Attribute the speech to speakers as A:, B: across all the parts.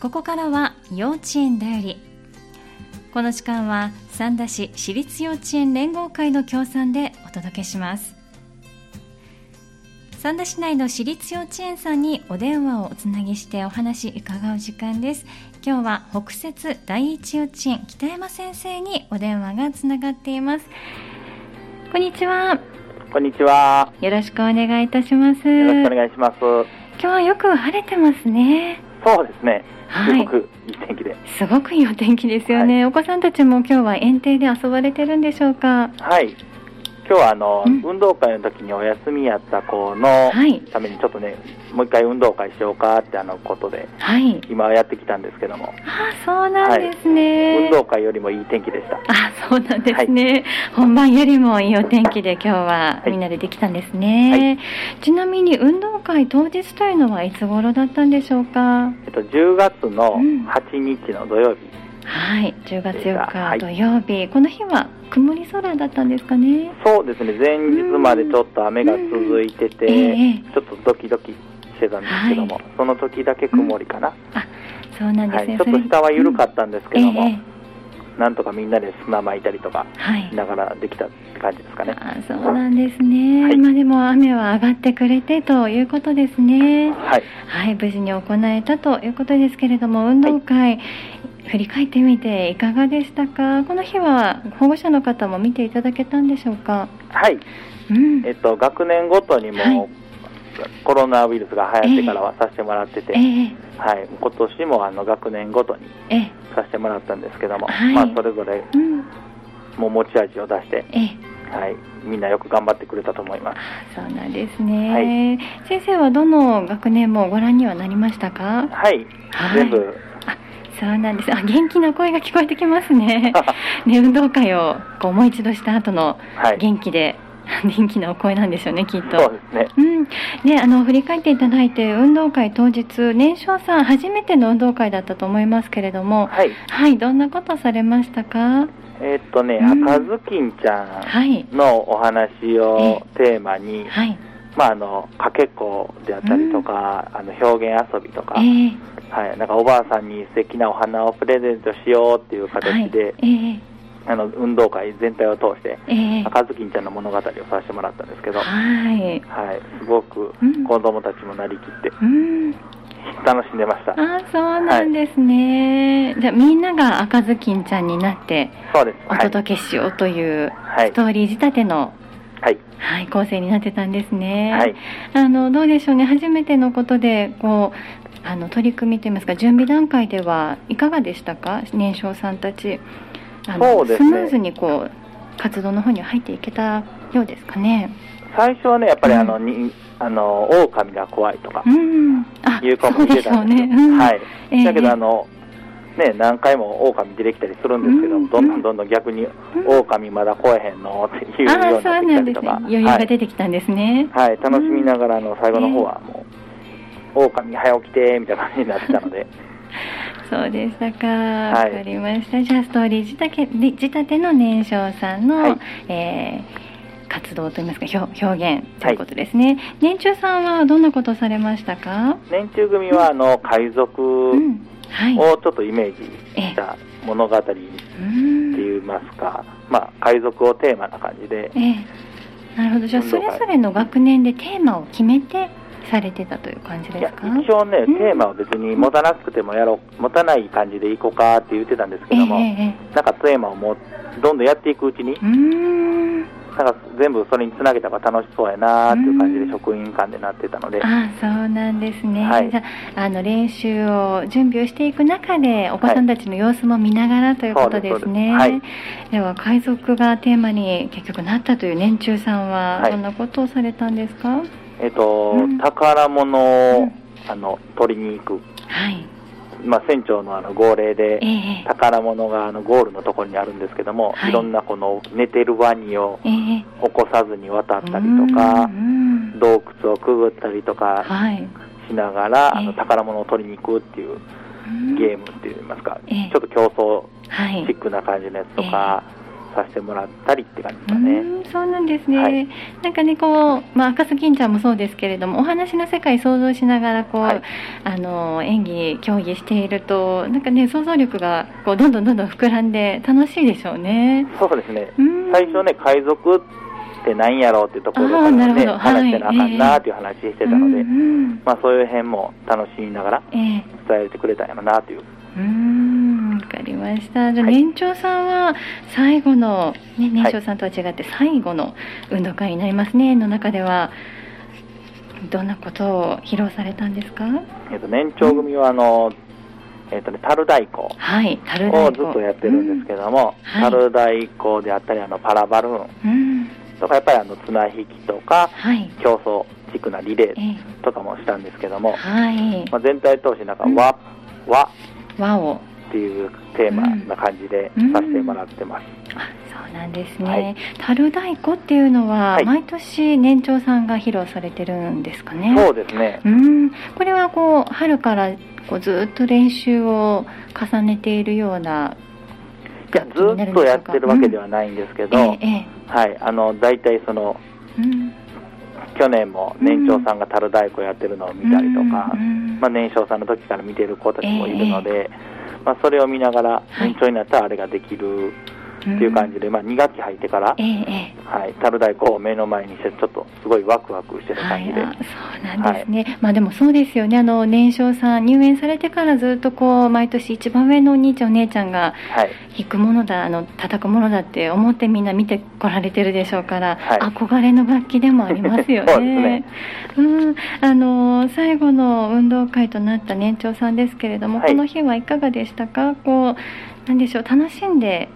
A: ここからは幼稚園だよりこの時間は三田市私立幼稚園連合会の協賛でお届けします三田市内の私立幼稚園さんにお電話をおつなぎしてお話伺う時間です今日は北摂第一幼稚園北山先生にお電話がつながっていますこんにちは
B: こんにちは。
A: よろしくお願いいたします
B: よろしくお
A: 今
B: 願いします。
A: 日はよく晴れてますね
B: そうですね。
A: は
B: す
A: い
B: ごくいい天気で。
A: すごくいいお天気ですよね、お子さんたちも今日は園庭で遊ばれてるんでしょうか
B: はい。今日はあの、
A: うん
B: 運動会の時にお休みやった子の
A: はい
B: ためにちょっとね、もう一回運動会しようかってあのことで、
A: はい
B: 今はやってきたんですけども、
A: あーそうなんですね、
B: 運動会よりもいい天気でした。
A: あ、そうなんですね、本番よりもいいお天気で今日は
B: はい
A: みんなでできたんですね、ちなみに運動会当日というのはいつ頃だったんでしょうか
B: えっと、10月の
A: うん
B: 8日の土曜日、
A: はい10月4
B: は
A: 日
B: い
A: 土曜日、この日は曇り空だったんですかね
B: そうですね、前日までちょっと雨が続いてて、
A: うんええ
B: ちょっとドキドキしてたんですけども、
A: は
B: その時だけ曇りかな。
A: そうなんで
B: は
A: す
B: い、ちょ
A: ね、
B: っと下は緩かったんです
A: それ
B: けども、
A: えええ
B: なんとかみんなで砂巻いたりとか
A: えはい
B: しながらできたって感じですかね。
A: あそうなんですね、
B: はい
A: まあでも雨は上がってくれてということですね
B: はい、
A: はい無事に行えたということですけれども運動会、振り返ってみていかがでしたかこの日は保護者の方も見ていただけたんでしょうか
B: はい、
A: うん
B: えっと学年ごとにも、
A: はい
B: コロナウイルスが流行ってからはさせてもらってて、
A: え
B: はい、今年もあの学年ごとに
A: ええ
B: させてもらったんですけども、
A: はい
B: まあそれぞれ
A: えうん
B: もう持ち味を出して、
A: ええ
B: はい、みんなよく頑張ってくれたと思います。
A: そうなんですね、先生はどの学年もご覧にはなりましたか
B: はい、
A: はい
B: 全部、
A: そうなんですあ元気な声が聞こえてきます ねね運動会をこうもう一度した後の
B: はい、
A: 元気で 元気なお声なんですよねきっと
B: そうですね。
A: うん、ね、あの振り返っていただいて運動会当日年少さん初めての運動会だったと思いますけれども
B: はい、
A: はいどんなことされましたか
B: えっとね、
A: うん
B: 赤ずきんちゃ
A: はい
B: んのお話をテーマに、
A: はい
B: まあ、あのかけっこであったりとか、あの表現遊びとか、
A: えー、
B: はい、なんかおばあさんに素敵なお花をプレゼントしようっていう
A: は
B: 形
A: い
B: で、
A: えー、
B: あの運動会全体を通して
A: えー、
B: 赤ずきんちゃんの物語をさせてもらったんですけど、は
A: はい
B: い、すごく
A: うん
B: 子供たちもなりきって
A: うん
B: 楽しんでました、
A: あそうなんですね、じゃあみんなが赤ずきんちゃんになって
B: そうです
A: お
B: はい、
A: 届けしようという
B: はい
A: ストーリー仕立ての、
B: はい
A: はい、構成になってたんですね
B: はい、
A: あのどうでしょうね初めてのことでこうあの取り組みといいますか準備段階ではいかがでしたか年少さんたちあの
B: そうです
A: ス
B: ね
A: ムーズにこう活動の方には入っていけたようですかね。
B: 最初はねやっぱり
A: うん
B: あの、にあの狼が怖いとか
A: うん、あ
B: いう子
A: そ
B: も
A: う
B: い
A: で
B: て
A: しょ
B: た
A: うん
B: です
A: ね。
B: よ、
A: うん
B: はい
A: ええ
B: だけどあの、ね、何回も狼出てきたりするんですけど、
A: うん
B: どんどんどんどん逆に
A: う
B: 「
A: ん
B: 狼まだ来えへんの?」っていうよう
A: あ
B: に
A: そ
B: なっ
A: う
B: て
A: なん
B: きた
A: で
B: り
A: す
B: と
A: ね。
B: か、
A: 余裕が出てきたんですね。
B: はい、楽しみながらあの最後の方はもう、狼早起きてみたいな感じになってたので、
A: そうでしたか。わ、
B: い
A: かりました。じゃあストーリー仕立て仕立ての年少さんの、
B: はい
A: えー活動といいますか表表現ということですね、年中さんはどんなことされましたか？
B: 年中組はあの海賊
A: う
B: をち
A: ん、はい。
B: ょっとイメージした物語って
A: うん
B: 言いますか、まあ海賊をテーマな感じで、
A: ええなるほど。じゃあ
B: 運
A: そ
B: 動会
A: れぞれの学年でテーマを決めてされてたという感じ
B: い
A: で
B: や
A: すか？
B: 一応ね、
A: うん
B: テーマは別に持たなくてもやろう、持たない感じでいこうかって言ってたんです
A: え
B: け
A: え
B: ども、
A: え
B: なんかテーマをもうどんどんやっていくうちに
A: え、うん。
B: なんか全部それにつなげたら楽しそうやなーっていう感じで職員間でなってたので、
A: ああそうなんですね、
B: はい
A: じゃああの練習を準備をしていく中でお子さんたちの様子も見ながらということですね、
B: そうですそうで
A: では海賊がテーマに結局なったという年中さんは
B: はい
A: どんなことをされたんですか、はい
B: えっと、
A: うん
B: 宝物を、
A: うん
B: あの取りに行く、まあ、船長のあの号令で
A: ええ
B: 宝物があのゴールのところにあるんですけども、
A: はい
B: い、ろんなこの寝てるワニを
A: ええ
B: 起こさずに渡ったりとか
A: うん、うん
B: 洞窟をくぐったりとか
A: はい、
B: しながらあ
A: え
B: の
A: え
B: 宝物を取りに行くっていうゲームって言いますか、
A: ええ
B: ちょっと競
A: は
B: 争チ
A: い
B: ックな感じのやつとか、させてもらったりって感じですね。
A: うんそうなんですね、
B: はい
A: なんかねこう、まあ、赤楚金ちゃんもそうですけれどもお話の世界想像しながらこう、
B: はい
A: あの演技競技しているとなんかね想像力がこうどんどんどんどん膨らんで楽しいでしょうね。
B: そうですね。
A: うん
B: 最初ね、海賊ってなんやろうってところから
A: あーな
B: ね、
A: るほどはい
B: 話してなあかんなーっていう話してたので、
A: うん
B: まあそういう辺も楽しみながら
A: うんええ
B: 伝えてくれたんやろなという。
A: うーんわかりました。じゃあ
B: はい
A: 年長さんは最後の、ね、年
B: はい
A: 長さんとは違って最後の運動会になりますね、の中ではどんなことを披露されたんですか
B: えっと、年長組はあの、えっとね、樽太鼓
A: はい、樽太
B: を
A: 鼓
B: ずっとやってるんですけども、
A: うんはい
B: 樽太鼓であったり、あの、パラバルーン
A: うん、うん
B: とか、やっぱりあの、綱引きとか、
A: はい、
B: 競争地区なリレ
A: え
B: ーとかもしたんですけども、
A: はい、
B: まあ、全体通してなんか
A: うん
B: 和、和
A: 和を
B: っていうテーマな感じで
A: うん
B: させてもらってます。
A: あそうなんですね、
B: はい
A: 樽太鼓っていうのは
B: はい
A: 毎年年長さんが披露されてるんですかね、
B: そうですね。
A: うん、これはこう春からこうずっと練習を重ねているようない
B: や、ずっとやってるわけではないんですけど、
A: えええ
B: はい、あの、大体その、
A: えうん
B: 去年も年長さんが樽太鼓やってるのを見たりとか、
A: うん
B: まあ、年少さんの時から見てる子たちもいるので、まあ、それを見ながら
A: はい
B: 年長になったらあれができる
A: うん
B: っていう感じで、まあ、2学期入ってから
A: え、ええ
B: はい、樽太鼓を目の前にしてちょっとすごいワクワクして
A: え
B: る
A: は
B: 感
A: い
B: じで、
A: あそうなんですね、まあでもそうですよねあの年少さん入園されてからずっとこう毎年一番上のお兄ちゃんお姉ちゃんが
B: はい、
A: 弾くものだあの叩くものだって思ってみんな見てこられてるでしょうから、
B: はい
A: 憧れの楽器でもありますよね。
B: そうですね
A: うん、あの最後の運動会となった年長さんですけれども、
B: はい
A: この日はいかがでしたかこうなんでしょう楽しんで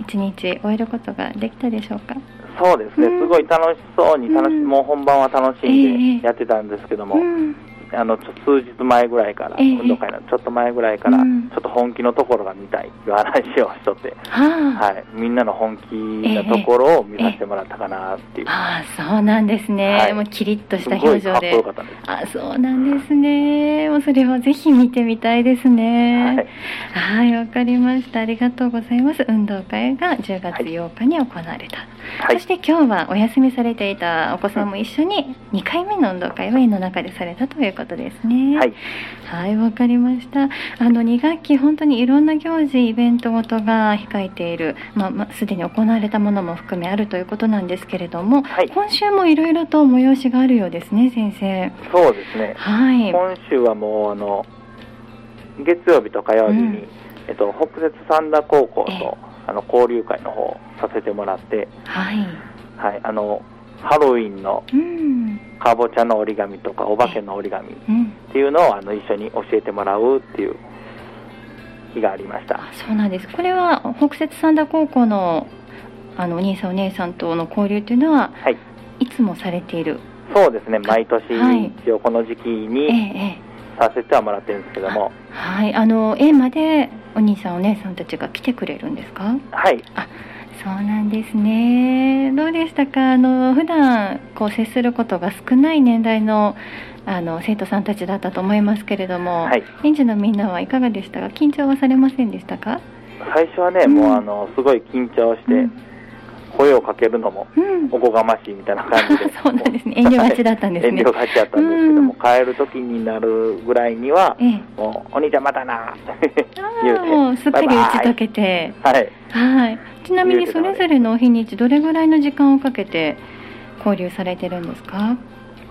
A: 一日終えることができたでしょうか、
B: そうですね、
A: うん
B: すごい楽しそうに楽し、
A: うん
B: もう本番は楽し
A: え
B: ん
A: え
B: でやってたんですけども、
A: ん、
B: あのちょ数日前ぐらいから、
A: ええ
B: 運動会のちょっと前ぐらいから、
A: うん
B: ちょっと本気のところが見たいという話をしとって、
A: はあ、
B: はい、みんなの本気なところを見させてもらったかなっていう、
A: ああそうなんですね、
B: はい
A: もうキリッとし
B: す
A: た
B: ご
A: 表
B: いか
A: 情
B: っこ
A: で
B: よかったです。
A: あそうなんですねもうそれはぜひ見てみたいです
B: は
A: ね、
B: い、
A: はい、わかりました。ありがとうございます。運動会が10月
B: はい
A: 8日に行われた。
B: は
A: そ
B: い
A: して今日はお休みされていたお子さんも一緒に2回目の運動会は園の中でされたということですね。
B: はい、
A: はい、わかりました。あの2学期本当にいろんな行事、イベントごとが控えている、まあ、まあすでに行われたものも含めあるということなんですけれども、
B: はい
A: 今週もいろいろと催しがあるようですね、先生。
B: そうですね、
A: はい。
B: 今週はもうあの月曜日と火曜日に、
A: うん
B: えっと、北摂三田高校
A: ええ
B: とあの交流会の方をさせてもらって、
A: はい。
B: はい、あのハロウィンの
A: うん。
B: かぼちゃの折り紙とかお化けの折り紙っ
A: うん。
B: ていうのをあの一緒に教えてもらうっていう日がありました
A: あそうなんです。これは北摂三田高校のあのお兄さんお姉さんとの交流というのは
B: はい
A: いつもされている。
B: そうですね毎年
A: はい
B: 一応この時期
A: ええ
B: に
A: ええ
B: させてはもらってるんですけども、
A: はい。あの園までお兄さんお姉さんたちが来てくれるんですか。
B: はい
A: そうなんですね。どうでしたか。あの普段こう接することが少ない年代のあの生徒さんたちだったと思いますけれども、
B: はい
A: 園児のみんなはいかがでしたか。緊張はされませんでしたか。
B: 最初はね、
A: うん
B: もうあのすごい緊張して、
A: うん
B: 声をかけるのも
A: うん。
B: おこがましいみたいな感じで
A: そうなん ですね。遠慮がちだったんですね
B: 遠慮。がちだったんですけども、
A: うん
B: 帰る時になるぐらいには
A: ええ。
B: もうお兄ちゃんまたな言
A: あ
B: う
A: あ
B: て
A: もうすっかり打ち解けて
B: はい
A: はいちなみにそれぞれのお日にちどれぐらいの時間をかけて交流されてるんですか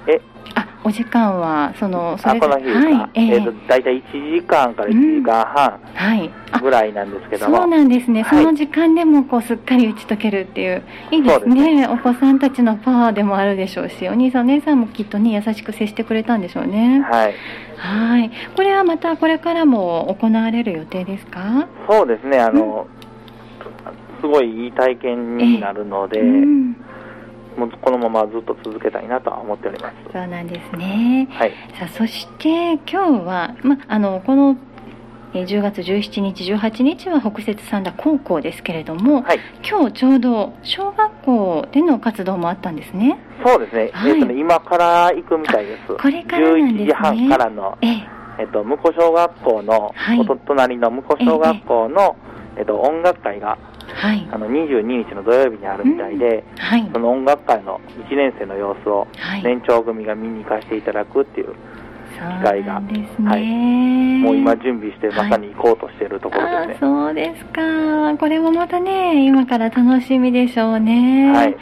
B: え
A: あお時間はそのそ
B: あ
A: れ
B: こ
A: ぞ
B: の
A: れ
B: 日ですか、
A: はいええ
B: えーと大体1時間から1時間半
A: はいあ
B: ぐらいなんですけども、
A: そうなんですね、
B: はい
A: その時間でもこうすっかり打ち解けるっていういいです
B: そうで
A: ね
B: す
A: お子さんたちのパワーでもあるでしょうしお兄さんお姉さんもきっとね優しく接してくれたんでしょうね
B: はい、
A: はいこれはまたこれからも行われる予定ですか
B: そうですねあの、すごいいい体験になるので、
A: うん
B: もうこのままずっと続けたいなとは思っております
A: そうなんですね
B: はい
A: さあそして今日は、ま、あのこのえー10月17日18日は北摂三田高校ですけれども、
B: はい
A: 今日ちょうど小学校での活動もあったんですね
B: そうですね、
A: はい
B: えっとね今から行くみたいです
A: これからなんですね
B: 11時半からの、
A: ええ
B: えっと、向こう小学校の、
A: はい
B: おと隣の向こう小学校の、えっと、音楽会が
A: はい
B: あの22日の土曜日にあるみたいで、
A: はい
B: その音楽会の1年生の様子を
A: はい
B: 年長組が見に行かせていただくっていう、
A: そう
B: 会が
A: なんです
B: はい
A: ね
B: もう今準備してまさに行こうとしているところ
A: あ
B: です
A: ー
B: ね。
A: そうですかこれもまたね今から楽しみでしょうね、
B: はい、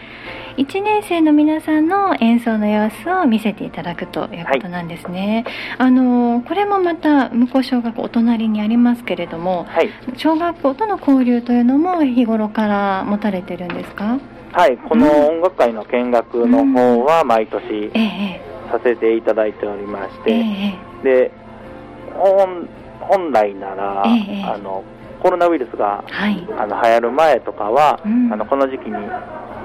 A: 1年生の皆さんの演奏の様子を見せていただくということなんですね、あのこれもまた向こう小学校お隣にありますけれども
B: はい、
A: 小学校との交流というのも日頃から持たれてるんですか
B: はい、この音楽会の見学の方は毎年
A: ええ
B: させていただいておりまし
A: えええ
B: て、で、本本来なら、
A: ええ
B: あのコロナウイルスが
A: えはい
B: あの流行る前とかは、
A: うん
B: あのこの時期に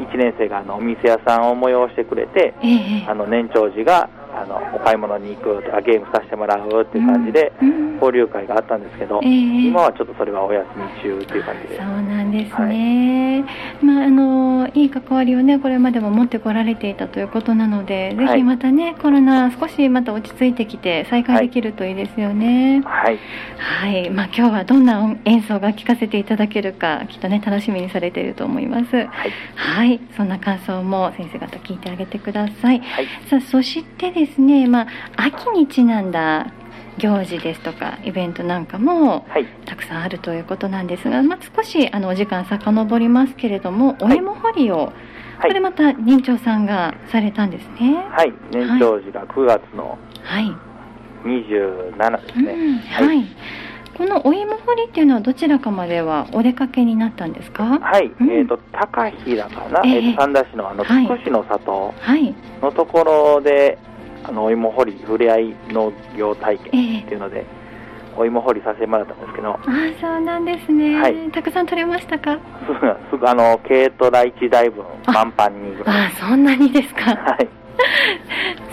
B: 1年生があのお店屋さんを催してくれて、
A: ええ
B: あの年長児があのお買い物に行くとかゲームさせてもらうっていう感じで、
A: うん
B: 交流会があったんですけど、
A: ええ
B: 今はちょっとそれはお休み中っていう感じで
A: そうなんですね、まあ、あのいい関わりをねこれまでも持ってこられていたということなので、
B: はい
A: ぜひまたねコロナ少しまた落ち着いてきて再開できるといいですよね
B: はい
A: はい、まあ、今日はどんな音演奏が聴かせていただけるかきっとね楽しみにされていると思います
B: はい
A: はいそんな感想も先生方聞いてあげてください
B: はい
A: さあそしてですね、まあ、秋にちなんだ行事ですとかイベントなんかも
B: はい
A: たくさんあるということなんですが、まあ、少しあのお時間遡りますけれども、
B: は
A: お
B: い
A: 芋掘りをこ
B: は
A: れ
B: い、
A: また認長さんがされたんですね。
B: はい、年長児が9月の
A: はい、
B: 27です
A: うん
B: ね、
A: はい
B: はい
A: このお芋掘りっていうのはどちらかまではお出かけになったんですか
B: はい、
A: うん
B: えっ、と高平かな、
A: ええ
B: えーと三田市のあの
A: はい
B: 筑紫の里
A: はい、
B: のところで、あのお芋掘りふれあい農業体
A: え
B: 験って
A: え
B: いうので、お芋掘りさせてもらったんですけど
A: ああそうなんですね、
B: はい
A: たくさん取れましたか
B: すぐあの軽トラ1台分
A: あ
B: 満帆にぐら
A: あ
B: い
A: あそんなにですか
B: はい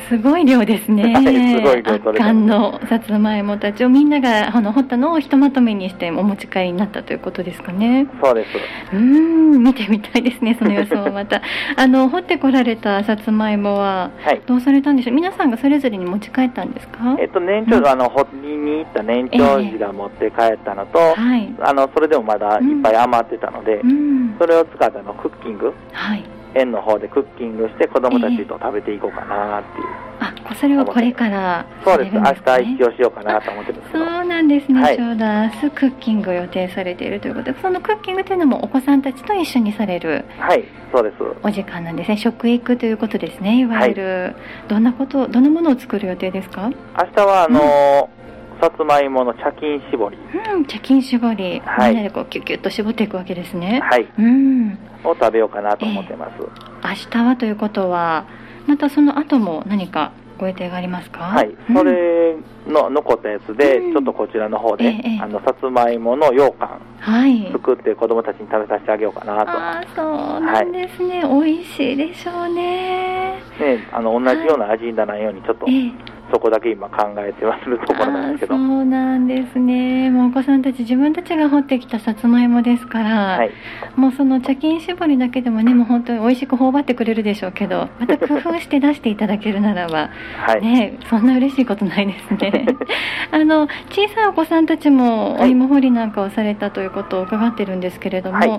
A: すごい量ですね。
B: はい すごい量
A: 圧
B: 取れた
A: 巻のさつまいもたちをみんながあの掘ったのをひとまとめにしてお持ち帰りになったということですかね。
B: そうです
A: うーん、見てみたいですね。その予想をま たあの掘ってこられたさつまいもは
B: はい
A: どうされたんでしょう。皆さんがそれぞれに持ち帰ったんですか
B: え。っと年長があの掘りに行った年長児が持って帰ったのと、
A: はい。
B: あのそれでもまだいっぱい余ってたので、
A: うん。
B: それを使ってあのクッキング
A: はい。
B: 園の方でクッキングして子供たちと食べていこうかなっていう、
A: あ、こそれはこれから
B: そうです明
A: されるんかね
B: 日一応しようかなと思ってるんですけ
A: そ
B: ど
A: うなんですね、
B: はい
A: ちょうど明日クッキングを予定されているということでそのクッキングというのもお子さんたちと一緒にされる
B: はいそうです
A: お時間なんですね食育ということですねいわゆる、どんなことどんなものを作る予定ですか
B: 明日はあのさつまいもの茶巾絞り
A: うん茶巾絞り、
B: はい
A: みんなでこうキュッキュッと絞っていくわけですね
B: はい
A: うん明
B: を食べようかなと思ってます、
A: 日はということはまたその後も何かご予定がありますか
B: はい、それの残ったやつで、
A: うん
B: ちょっとこちらの方で、
A: ええ
B: あのさつまいもの羊羹
A: うんはい
B: 作って子供たちに食べさせてあげようかな
A: ああそうなんですね、美味しいでしょうね
B: と、ね、あの同じような味にならんようにちょっと、
A: ええ
B: そこだけ今考えてはするところなんですけど
A: あーそうなんですねもうお子さんたち自分たちが掘ってきたさつまいもですから、
B: はい、
A: もうその茶巾絞りだけでもねもう本当に美味しく頬張ってくれるでしょうけどまた工夫して出していただけるならば、
B: はい、
A: ねそんな嬉しいことないですね あの小さいお子さんたちもお芋掘りなんかをされたということを伺ってるんですけれども、
B: はい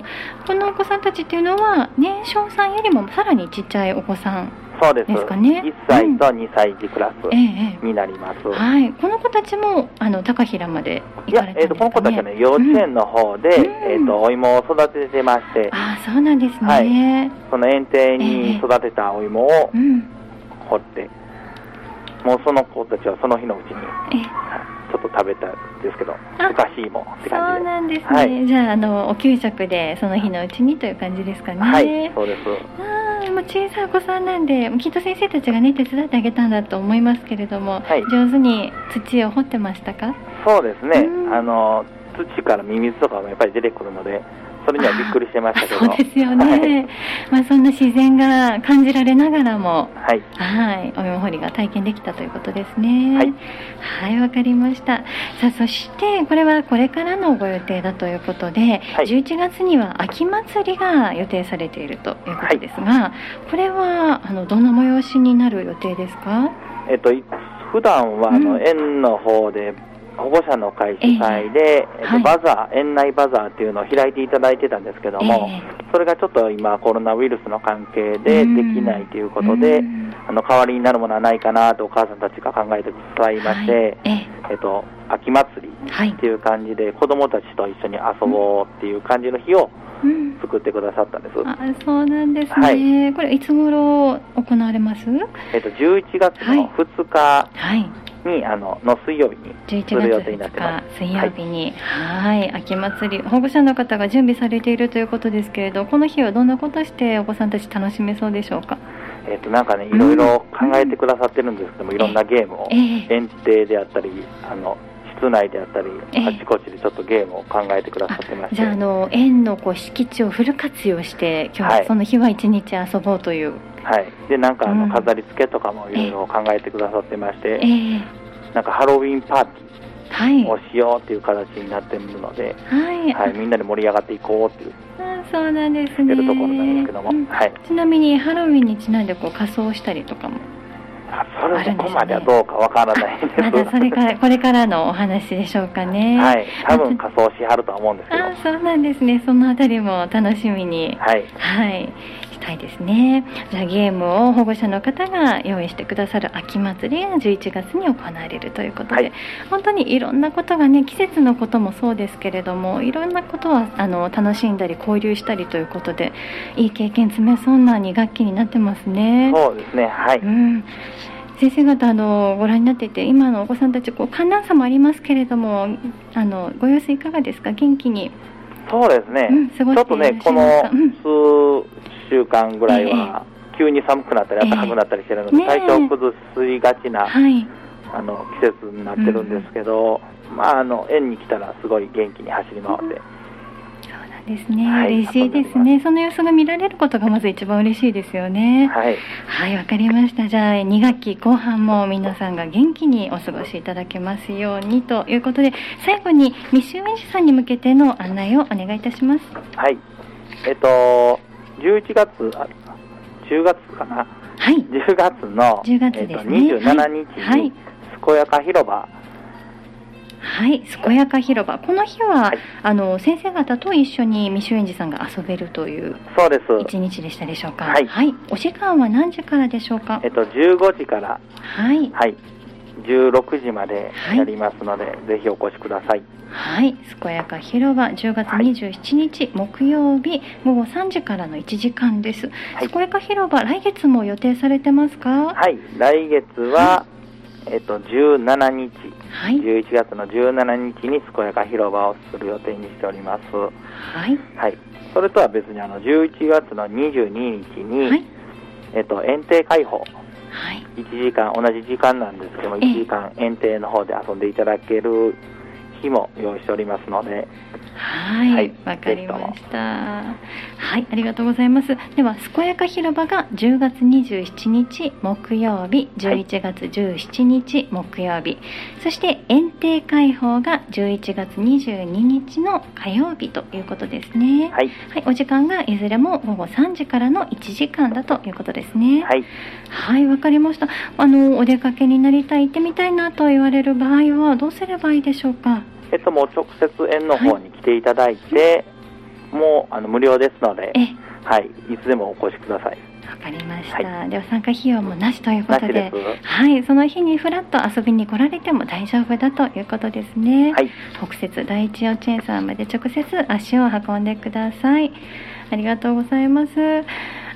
A: このお子さんたちっていうのは年少さんよりもさらにちっちゃいお子さん、
B: そうです
A: ですかね
B: 1歳と2歳児クラス
A: ええええ
B: になります、
A: はい、この子たちもあの高平まで
B: い
A: 行か
B: や
A: れたん、
B: え
A: ですかね
B: ー、とこの子たちはね幼稚園の方で、
A: うん
B: えー、とお芋を育ててまして
A: ああそうなんですね、
B: はいその園庭に育てたお芋を
A: うん
B: 掘ってもうその子たちはその日のうちに
A: え
B: ちょっと食べたんですけど、おかしいもんって感
A: そう
B: じで。
A: なんですね、
B: はい
A: じゃああのお給食でその日のうちにという感じですかね、
B: はい、そうです。
A: あーもう小さいお子さんなんできっと先生たちがね手伝ってあげたんだと思いますけれども、
B: はい
A: 上手に土を掘ってましたか
B: そうですね
A: う。ん
B: あの土からミミズとかもやっぱり出てくるので、それにはびっくりしてましたけど。
A: あそうですよね、
B: は
A: ま
B: い
A: あ、そんな自然が感じられながらも
B: はい、
A: はい、お芋掘りが体験できたということですね。
B: はい、
A: はい、わかりました。さあ、そして、これはこれからのご予定だということで、
B: はい
A: 11月には秋祭りが予定されているということですが、これは、あの、どんな催しになる予定ですか
B: えっとい普段はあ
A: う
B: の
A: ん
B: 園の方で保護者の会主催で、
A: ええ
B: えっと
A: はい
B: バザー、園内バザーっていうのを開いていただいてたんですけども、
A: え
B: それがちょっと今、コロナウイルスの関係でで
A: うん
B: きないということで、
A: うん
B: あの代わりになるものはないかなとお母さんたちが考えてくださいまして、
A: はい、え
B: えっと、秋祭り
A: えはい
B: っていう感じで、子どもたちと一緒に遊ぼうっていう感じの日を
A: うん、
B: 作ってくださったんです。
A: あそうなんですね、
B: は
A: これいつ頃行われます
B: えっと、11月の2日
A: はい
B: に、あのの水曜日に、
A: 11月
B: 来る予定にな
A: 2
B: ってま
A: 日水曜日にはい秋祭り保護者の方が準備されているということですけれどこの日はどんなことしてお子さんたち楽しめそうでしょうか
B: えっと、なんかね、いろいろ考えてくださってるんですけども、いろんなゲームを。
A: ええ
B: 園庭であったり、あの室内であったり
A: ええ、
B: あちこちでちょっとゲームを考えてくださってまして、
A: じゃああの園のこう敷地をフル活用して今日
B: は
A: はいその日は一日遊ぼうという、
B: はい、でなんかあの、
A: うん
B: 飾り付けとかもいろいろ考えてくださってまして、
A: ええ
B: なんかハロウィンパーティ
A: はい
B: ーをしようっていう形になっているので、
A: はい、
B: はい、みんなで盛り上がっていこうって言っ
A: あそうなんです
B: て
A: ね
B: るところなんですけども、
A: うん
B: はい、
A: ちなみにハロウィンにちなんでこう仮装したりとかも
B: あそれそこまではどうかわからないです。
A: まだそれ からこれからのお話でしょうかね
B: はい、多分仮装しはるとは思うんですけど、
A: あそうなんですねそのあたりも楽しみに
B: はい、
A: はいしたいですねじゃあゲームを保護者の方が用意してくださる秋祭りが11月に行われるということで、
B: はい
A: 本当にいろんなことがね季節のこともそうですけれどもいろんなことはあの楽しんだり交流したりということでいい経験詰めそうな2学期になってますね。
B: そうですね、はい、
A: うん先生方あのご覧になっていて今のお子さんたちこう寒暖差もありますけれどもあのご様子いかがですか元気に
B: そうですね、
A: うん過
B: ち
A: ご
B: ょ
A: し
B: ってと
A: いらっしゃい
B: ね
A: ま、すか
B: この数週間ぐらいは、急に寒くなったり、
A: ええ
B: 暖かくなったりしてるので、
A: ねえ
B: 体調崩しがちな、
A: はい
B: あの季節になってるんですけど、まあ、あの園に来たら、すごい元気に走り回って、
A: そうなんですね、
B: はい
A: 嬉しいですねその様子が見られることがまず一番嬉しいですよね
B: はい、
A: はいわかりましたじゃあ2学期後半も皆さんが元気にお過ごしいただけますようにということで最後に未就園児さんに向けての案内をお願いいたします
B: はい、えっと、11月、あ10月かな、
A: はい
B: 10月の
A: 10月ですね
B: えっと、27日に、
A: はい
B: 健やか広場、
A: はい健やか広場この日は、
B: はい
A: あの先生方と一緒に未就園児さんが遊べるという
B: そうです、
A: 一日でしたでしょうか
B: はい
A: お時間は何時からでしょうか
B: えっと、15時から、
A: はい
B: はい、16時まで
A: はい
B: やりますので、ぜひお越しください。
A: はい、健やか広場10月
B: はい
A: 27日、木曜日午後3時からの1時間です、
B: はい
A: 健やか広場来月も予定されてますか
B: はい、来月は、えっと、17日、
A: はい、
B: 11月の17日に健やか広場をする予定にしております。
A: はい、
B: はい、それとは別にあの11月の22日に、
A: はい、
B: えっと、園庭開放、
A: はい、
B: 1時間、同じ時間なんですけども、
A: ええ
B: 1時間園庭の方で遊んでいただける日も用意しておりますので、
A: はい、
B: はい
A: わかりました。はい、ありがとうございます。では、健やか広場が10月27日木曜日、
B: はい
A: 11月17日木曜日、そして園庭開放が11月22日の火曜日ということですね。
B: はい、
A: はい、お時間がいずれも午後3時からの1時間だということですね。
B: はい、
A: はい、わ、かりました。あのお出かけになりたい、行ってみたいなと言われる場合はどうすればいいでしょうか。
B: えっと、もう直接園の方に来ていただいて、もうあの無料ですので、
A: え、
B: はい、いつでもお越しください。
A: わかりました、では参加費用もなしというこ
B: な
A: とで。
B: しです。
A: はい、その日にふらっと遊びに来られても大丈夫だということですね。
B: はい、
A: 北節第一幼稚園さんまで直接足を運んでくださいありがとうございます、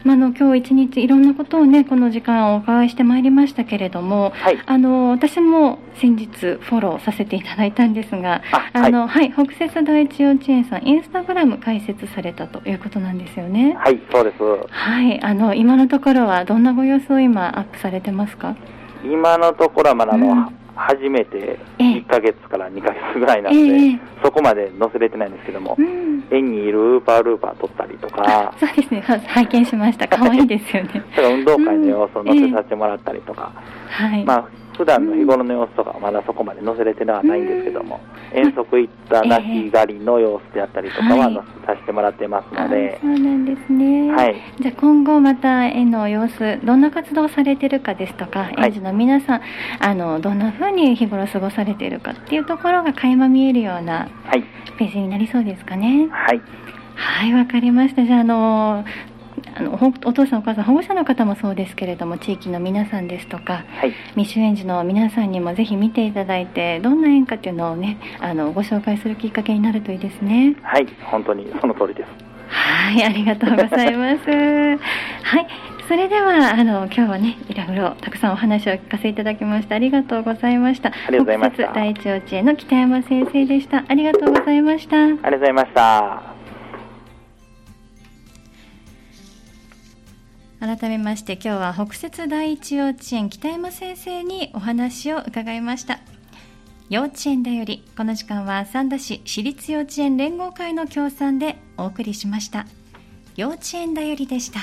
A: まあ、あの今日一日いろんなことをねこの時間お伺いしてまいりましたけれども
B: はい、
A: あの私も先日フォローさせていただいたんですが
B: あ、は
A: あ
B: い、
A: の、はい、北節第一幼稚園さんインスタグラム開設されたということなんですよね
B: はい、そうです。
A: はいあの今のところはどんなご様子を今アップされてますか
B: 今のところはまだあの、
A: うん
B: 初めて
A: ええ
B: 1ヶ月から2ヶ月ぐらいなので、
A: ええ
B: そこまで載せれてないんですけども、
A: うん
B: 園にいるウーパールーパー撮ったりとか、
A: そうですねは拝見しました可愛いですよね
B: それから運動会の様子を載せさせてもらったりとか、
A: はい、
B: まあ、普普段の日頃の様子とかはまだそこまで載せれてはないんですけども、遠足行ったなきがりの様子であったりとかは
A: はい
B: 載せさせてもらってます
A: あ
B: ので
A: そ、うなんですね、
B: はい、
A: じゃあ今後また園の様子どんな活動をされてるかですとか、
B: はい
A: 園児の皆さんあのどんな風に日頃過ごされているかっていうところが垣間見えるような
B: はい、
A: ページになりそうですかね
B: はい、
A: はいわかりましたじゃああのあのほお父さんお母さん保護者の方もそうですけれども地域の皆さんですとか
B: はい、
A: 未就園児の皆さんにもぜひ見ていただいてどんな園かっていうのをねあのご紹介するきっかけになるといいですね
B: はい、本当にその通りです。
A: はい、ありがとうございます。 はい、それではあの今日はね、いろいろたくさんお話を聞かせいただきましてありがとうございました。あ
B: りがとうございました
A: 第一幼稚園の北山先生でした。ありがとうございました。
B: ありがとうございました。
A: 改めまして今日は北摂第一幼稚園北山先生にお話を伺いました幼稚園だよりこの時間は三田市私立幼稚園連合会の協賛でお送りしました幼稚園だよりでした